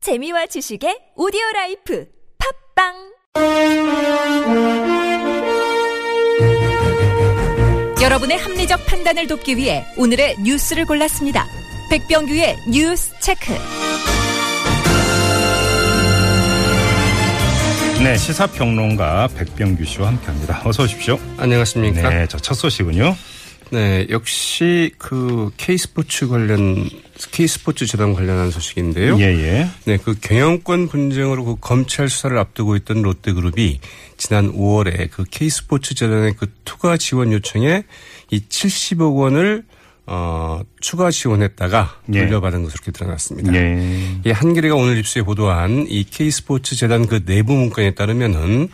재미와 지식의 오디오 라이프 팝빵 여러분의 합리적 판단을 돕기 위해 오늘의 뉴스를 골랐습니다. 백병규의 뉴스 체크. 네, 시사평론가 백병규 씨와 함께합니다. 어서 오십시오. 안녕하십니까. 네. 네, 저 첫 소식은요. 역시 그 K 스포츠 관련 K 스포츠 재단 관련한 소식인데요. 예, 예. 네, 그 경영권 분쟁으로 그 검찰 수사를 앞두고 있던 롯데그룹이 지난 5월에 그 K 스포츠 재단의 그 투과 지원 요청에 이 70억 원을 어 추가 지원했다가 예. 돌려받은 것으로 이렇게 드러났습니다. 예. 이 한겨레가 오늘 입수에 보도한 이 K스포츠 재단 그 내부 문건에 따르면은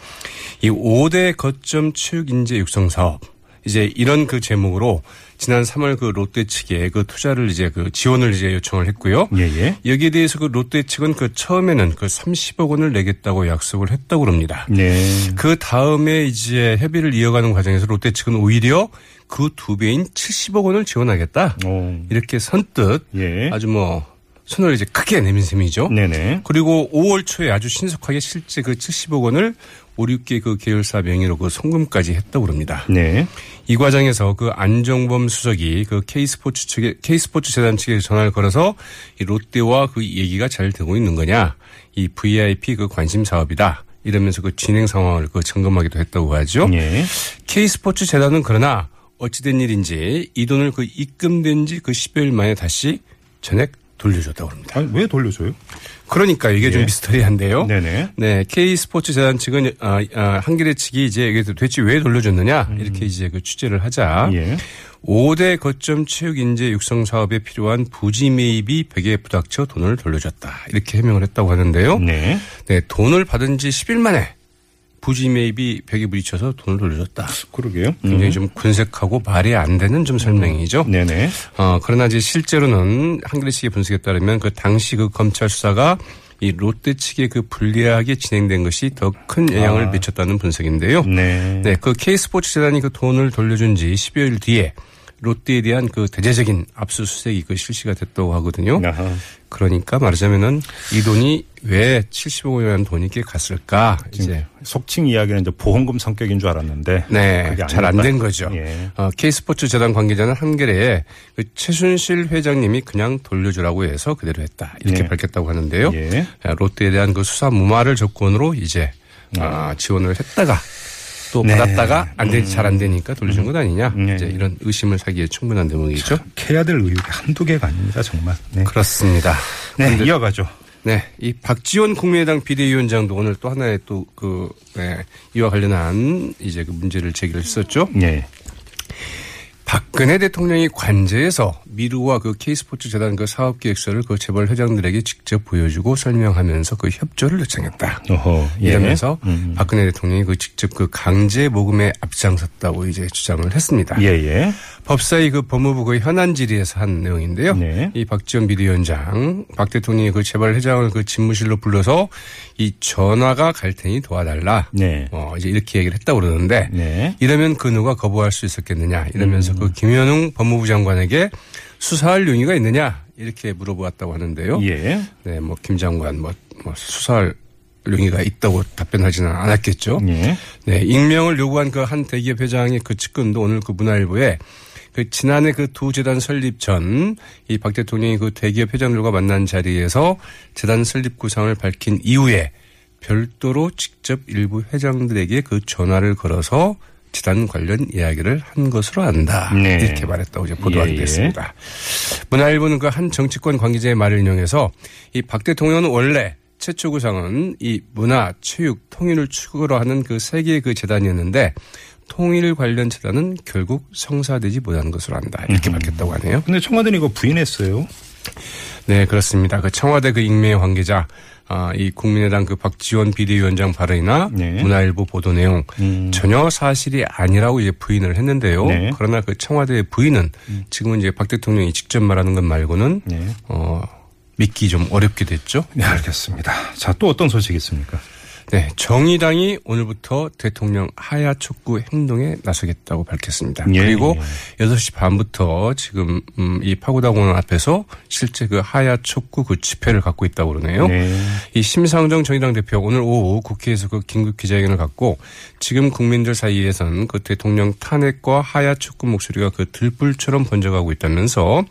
이 5대 거점 체육 인재 육성 사업 이제 이런 그 제목으로 지난 3월 그 롯데 측에 그 투자를 이제 그 지원을 이제 요청을 했고요. 예, 예. 여기에 대해서 그 롯데 측은 그 처음에는 그 30억 원을 내겠다고 약속을 했다고 그럽니다. 네. 그 다음에 이제 협의를 이어가는 과정에서 롯데 측은 오히려 그 두 배인 70억 원을 지원하겠다. 오. 이렇게 선뜻 예. 아주 뭐 손을 이제 크게 내민 셈이죠. 네네. 그리고 5월 초에 아주 신속하게 실제 그 70억 원을 5, 6개 그 계열사 명의로 그 송금까지 했다고 그럽니다. 네. 이 과정에서 그 안정범 수석이 그 K스포츠 측에 K스포츠 재단 측에 전화를 걸어서 이 롯데와 그 얘기가 잘 되고 있는 거냐 이 VIP 그 관심 사업이다 이러면서 그 진행 상황을 그 점검하기도 했다고 하죠. 예. K스포츠 재단은 그러나 어찌된 일인지 이 돈을 그 입금된 지 그 10여일 만에 다시 전액 돌려줬다고 합니다. 아니, 왜 돌려줘요? 그러니까 이게 예. 좀 미스터리한데요. 네네. 네, K 스포츠 재단 측은 아, 아, 한겨레 측이 이제 이게 도대체 왜 돌려줬느냐 이렇게 이제 그 취재를 하자 음. 예. 5대 거점 체육 인재 육성 사업에 필요한 부지 매입이 벽에 부닥쳐 돈을 돌려줬다 이렇게 해명을 했다고 하는데요. 네. 네, 돈을 받은 지 10일 만에 부지 매입이 벽에 부딪혀서 돈을 돌려줬다. 그러게요. 굉장히 좀 군색하고 말이 안 되는 좀 설명이죠. 음. 네네. 어, 그러나 이제 실제로는 한겨레 측의 분석에 따르면 그 당시 그 검찰 수사가 이 롯데 측의 그 불리하게 진행된 것이 더 큰 영향을 미쳤다는 분석인데요. 아. 네. 네, 그 K스포츠 재단이 그 돈을 돌려준 지 10여일 뒤에 롯데에 대한 그 대대적인 압수수색이 그 실시가 됐다고 하거든요. 아하. 그러니까 말하자면은 이 돈이 왜 70억 원이라는 돈이 게 갔을까 이제 속칭 이야기는 이제 보험금 성격인 줄 알았는데. 네, 그게 잘 안 아니다. 된 거죠. 예. 어, K스포츠 재단 관계자는 한겨레에 그 최순실 회장님이 그냥 돌려주라고 해서 그대로 했다 이렇게 예. 밝혔다고 하는데요. 예. 아, 롯데에 대한 그 수사 무마를 조건으로 이제 아, 지원을 했다가 또 네. 받았다가 안 되, 잘안 되니까 돌려준 것 아니냐 예. 이제 이런 의심을 사기에 충분한 네. 대목이죠. 캐야 될 의혹이 한두 개가 아닙니다, 정말. 네. 그렇습니다. 네, 이어가죠. 네, 이 박지원 국민의당 비대위원장도 오늘 또 하나의 또 그 네, 이와 관련한 이제 그 문제를 제기를 했었죠. 예. 박근혜 대통령이 관제에서 미르와 그 K스포츠 재단 그 사업 계획서를 그 재벌 회장들에게 직접 보여주고 설명하면서 그 협조를 요청했다. 어허. 예. 이러면서 음. 박근혜 대통령이 그 직접 그 강제 모금에 앞장섰다고 이제 주장을 했습니다. 예, 예. 법사위 그 법무부 그 현안 질의에서 한 내용인데요. 네. 이 박지원 비대위원장, 박 대통령이 그 재벌 회장을 그 집무실로 불러서 이 전화가 갈 테니 도와달라. 네. 어, 이제 이렇게 얘기를 했다고 그러는데 네. 이러면 그 누가 거부할 수 있었겠느냐 이러면서 음. 그 김현웅 법무부 장관에게 수사할 용의가 있느냐 이렇게 물어보았다고 하는데요. 예. 네, 뭐 김 장관 뭐, 뭐 수사할 용의가 있다고 답변하지는 않았겠죠. 예. 네, 익명을 요구한 그 한 대기업 회장의 그 측근도 오늘 그 문화일보에 그 지난해 그 두 재단 설립 전 이 박 대통령이 그 대기업 회장들과 만난 자리에서 재단 설립 구상을 밝힌 이후에 별도로 직접 일부 회장들에게 그 전화를 걸어서 재단 관련 이야기를 한 것으로 안다. 네. 이렇게 말했다고 이제 보도하게 예, 예. 됐습니다. 문화일보는 그 한 정치권 관계자의 말을 인용해서 이 박 대통령은 원래 최초 구상은 이 문화, 체육, 통일을 추구로 하는 그 세 개의 그 재단이었는데 통일 관련 재단은 결국 성사되지 못한 것으로 안다. 이렇게 밝혔다고 하네요. 근데 청와대는 이거 부인했어요. 네, 그렇습니다. 그 청와대 그 익명의 관계자, 아, 이 국민의당 그 박지원 비대위원장 발언이나 네. 음. 문화일보 보도 내용 전혀 사실이 아니라고 이제 부인을 했는데요. 네. 음. 그러나 그 청와대의 부인은 지금은 이제 박 대통령이 직접 말하는 것 말고는 네. 어, 믿기 좀 어렵게 됐죠. 네, 알겠습니다. 자, 또 어떤 소식이 있습니까? 네, 정의당이 오늘부터 대통령 하야 촉구 행동에 나서겠다고 밝혔습니다. 예, 그리고 예. 6시 반부터 지금 음, 이 파고다 공원 앞에서 실제 그 하야 촉구 그 집회를 갖고 있다고 그러네요. 네. 이 심상정 정의당 대표 오늘 오후 국회에서 그 긴급 기자회견을 갖고 지금 국민들 사이에선 그 대통령 탄핵과 하야 촉구 목소리가 그 들불처럼 번져가고 있다면서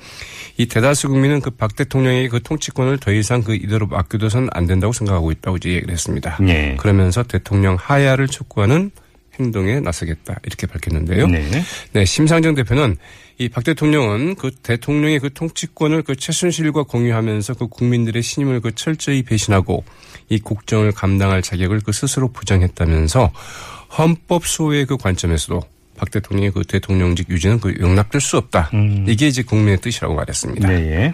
이 대다수 국민은 그 박 대통령의 그 통치권을 더 이상 그 이대로 맡겨둬선 안 된다고 생각하고 있다고 이제 얘기를 했습니다. 네. 그러면서 대통령 하야를 촉구하는 행동에 나서겠다 이렇게 밝혔는데요. 네. 네, 심상정 대표는 이 박 대통령은 그 대통령의 그 통치권을 그 최순실과 공유하면서 그 국민들의 신임을 그 철저히 배신하고 이 국정을 감당할 자격을 그 스스로 부정했다면서 헌법 수호의 그 관점에서도 박 대통령의 그 대통령직 유지는 그 용납될 수 없다. 이게 이제 국민의 뜻이라고 말했습니다. 네. 예.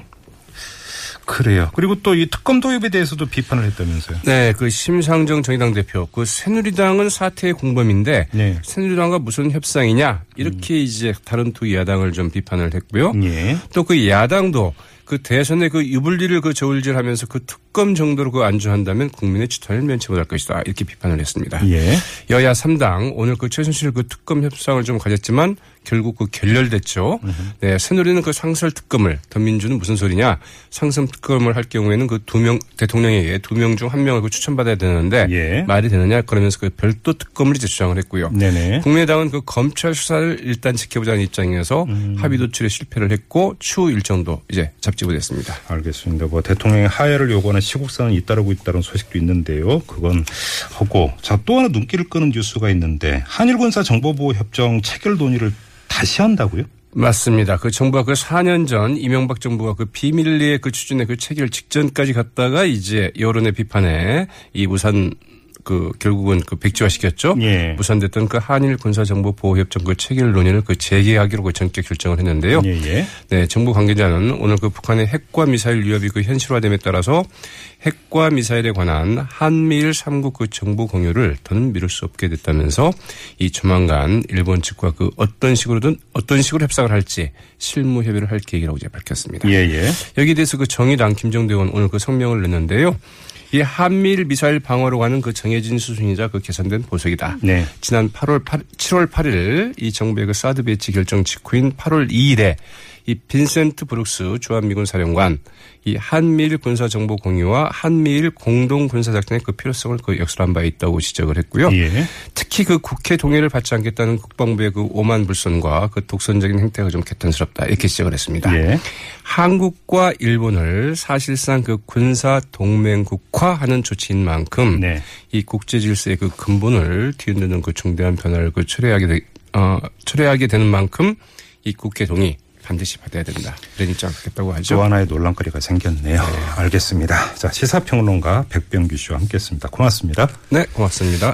그래요. 그리고 또 이 특검 도입에 대해서도 비판을 했다면서요. 네, 그 심상정 정의당 대표, 그 새누리당은 사태의 공범인데 네. 음. 새누리당과 무슨 협상이냐 이렇게 이제 다른 두 야당을 좀 비판을 했고요. 예. 또 그 야당도 그 대선의 그 유불리를 그 저울질하면서 그 특검 정도로 그 안주한다면 국민의 지탄을 면치 못할 것이다 이렇게 비판을 했습니다. 예. 여야 3당 오늘 그 최순실 그 특검 협상을 좀 가졌지만 결국 그 결렬됐죠. 네, 새누리는 그 상설 특검을 더민주는 무슨 소리냐? 상설 특검을 할 경우에는 그 두 명 대통령에게 두 명 중 한 명을 그 추천받아야 되는데 예. 말이 되느냐 그러면서 그 별도 특검을 이제 주장을 했고요. 네네. 국민의당은 그 검찰 수사를 일단 지켜보자는 입장에서 음. 합의 도출에 실패를 했고 추후 일정도 이제 잡지고 됐습니다. 알겠습니다. 뭐 대통령의 하야를 요구하는 시국사는 잇따르고 있다는 소식도 있는데요. 그건 하고 자 또 하나 눈길을 끄는 뉴스가 있는데 한일군사 정보보호협정 체결 논의를 다시 한다고요? 맞습니다. 그 정부가 그 4년 전 이명박 정부가 그 비밀리에 그 추진의 그 체결 직전까지 갔다가 이제 여론의 비판에 이 무산 그 결국은 그 백지화 시켰죠. 예. 무산됐던 그 한일 군사정보보호협정 그 체결 논의를 그 재개하기로 그 전격 결정을 했는데요. 예, 예. 네, 정부 관계자는 오늘 그 북한의 핵과 미사일 위협이 그 현실화됨에 따라서 핵과 미사일에 관한 한미일 삼국그 정보 공유를 더는 미룰 수 없게 됐다면서 이 조만간 일본 측과 그 어떤 식으로든 어떤 식으로 협상을 할지 실무 협의를 할 계획이라고 이제 밝혔습니다. 예, 예. 여기에 대해서 그 정의당 김정대 의원 오늘 그 성명을 냈는데요. 이 한미일 미사일 방어로 가는 그 정해진 수순이자 그 개선된 보석이다. 네. 지난 8월 8, 7월 8일 이 정부의 그 사드 배치 결정 직후인 8월 2일에 이 빈센트 브룩스 주한미군 사령관 이 한미일 군사 정보 공유와 한미일 공동 군사 작전의 그 필요성을 그 역설한 바 있다고 지적을 했고요. 예. 특히 그 국회 동의를 받지 않겠다는 국방부의 그 오만 불손과 그 독선적인 행태가 좀 개탄스럽다 이렇게 지적을 했습니다. 예. 한국과 일본을 사실상 그 군사 동맹국화하는 조치인 만큼 네. 이 국제 질서의 그 근본을 뒤흔드는 그 중대한 변화를 그 초래하게 되, 어, 초래하게 되는 만큼 이 국회 동의 반드시 받아야 된다. 이런 입장 갖겠다고 또 하죠. 하나의 논란거리가 생겼네요. 알겠습니다. 자 시사평론가 백병규 씨와 함께했습니다. 고맙습니다. 네, 고맙습니다.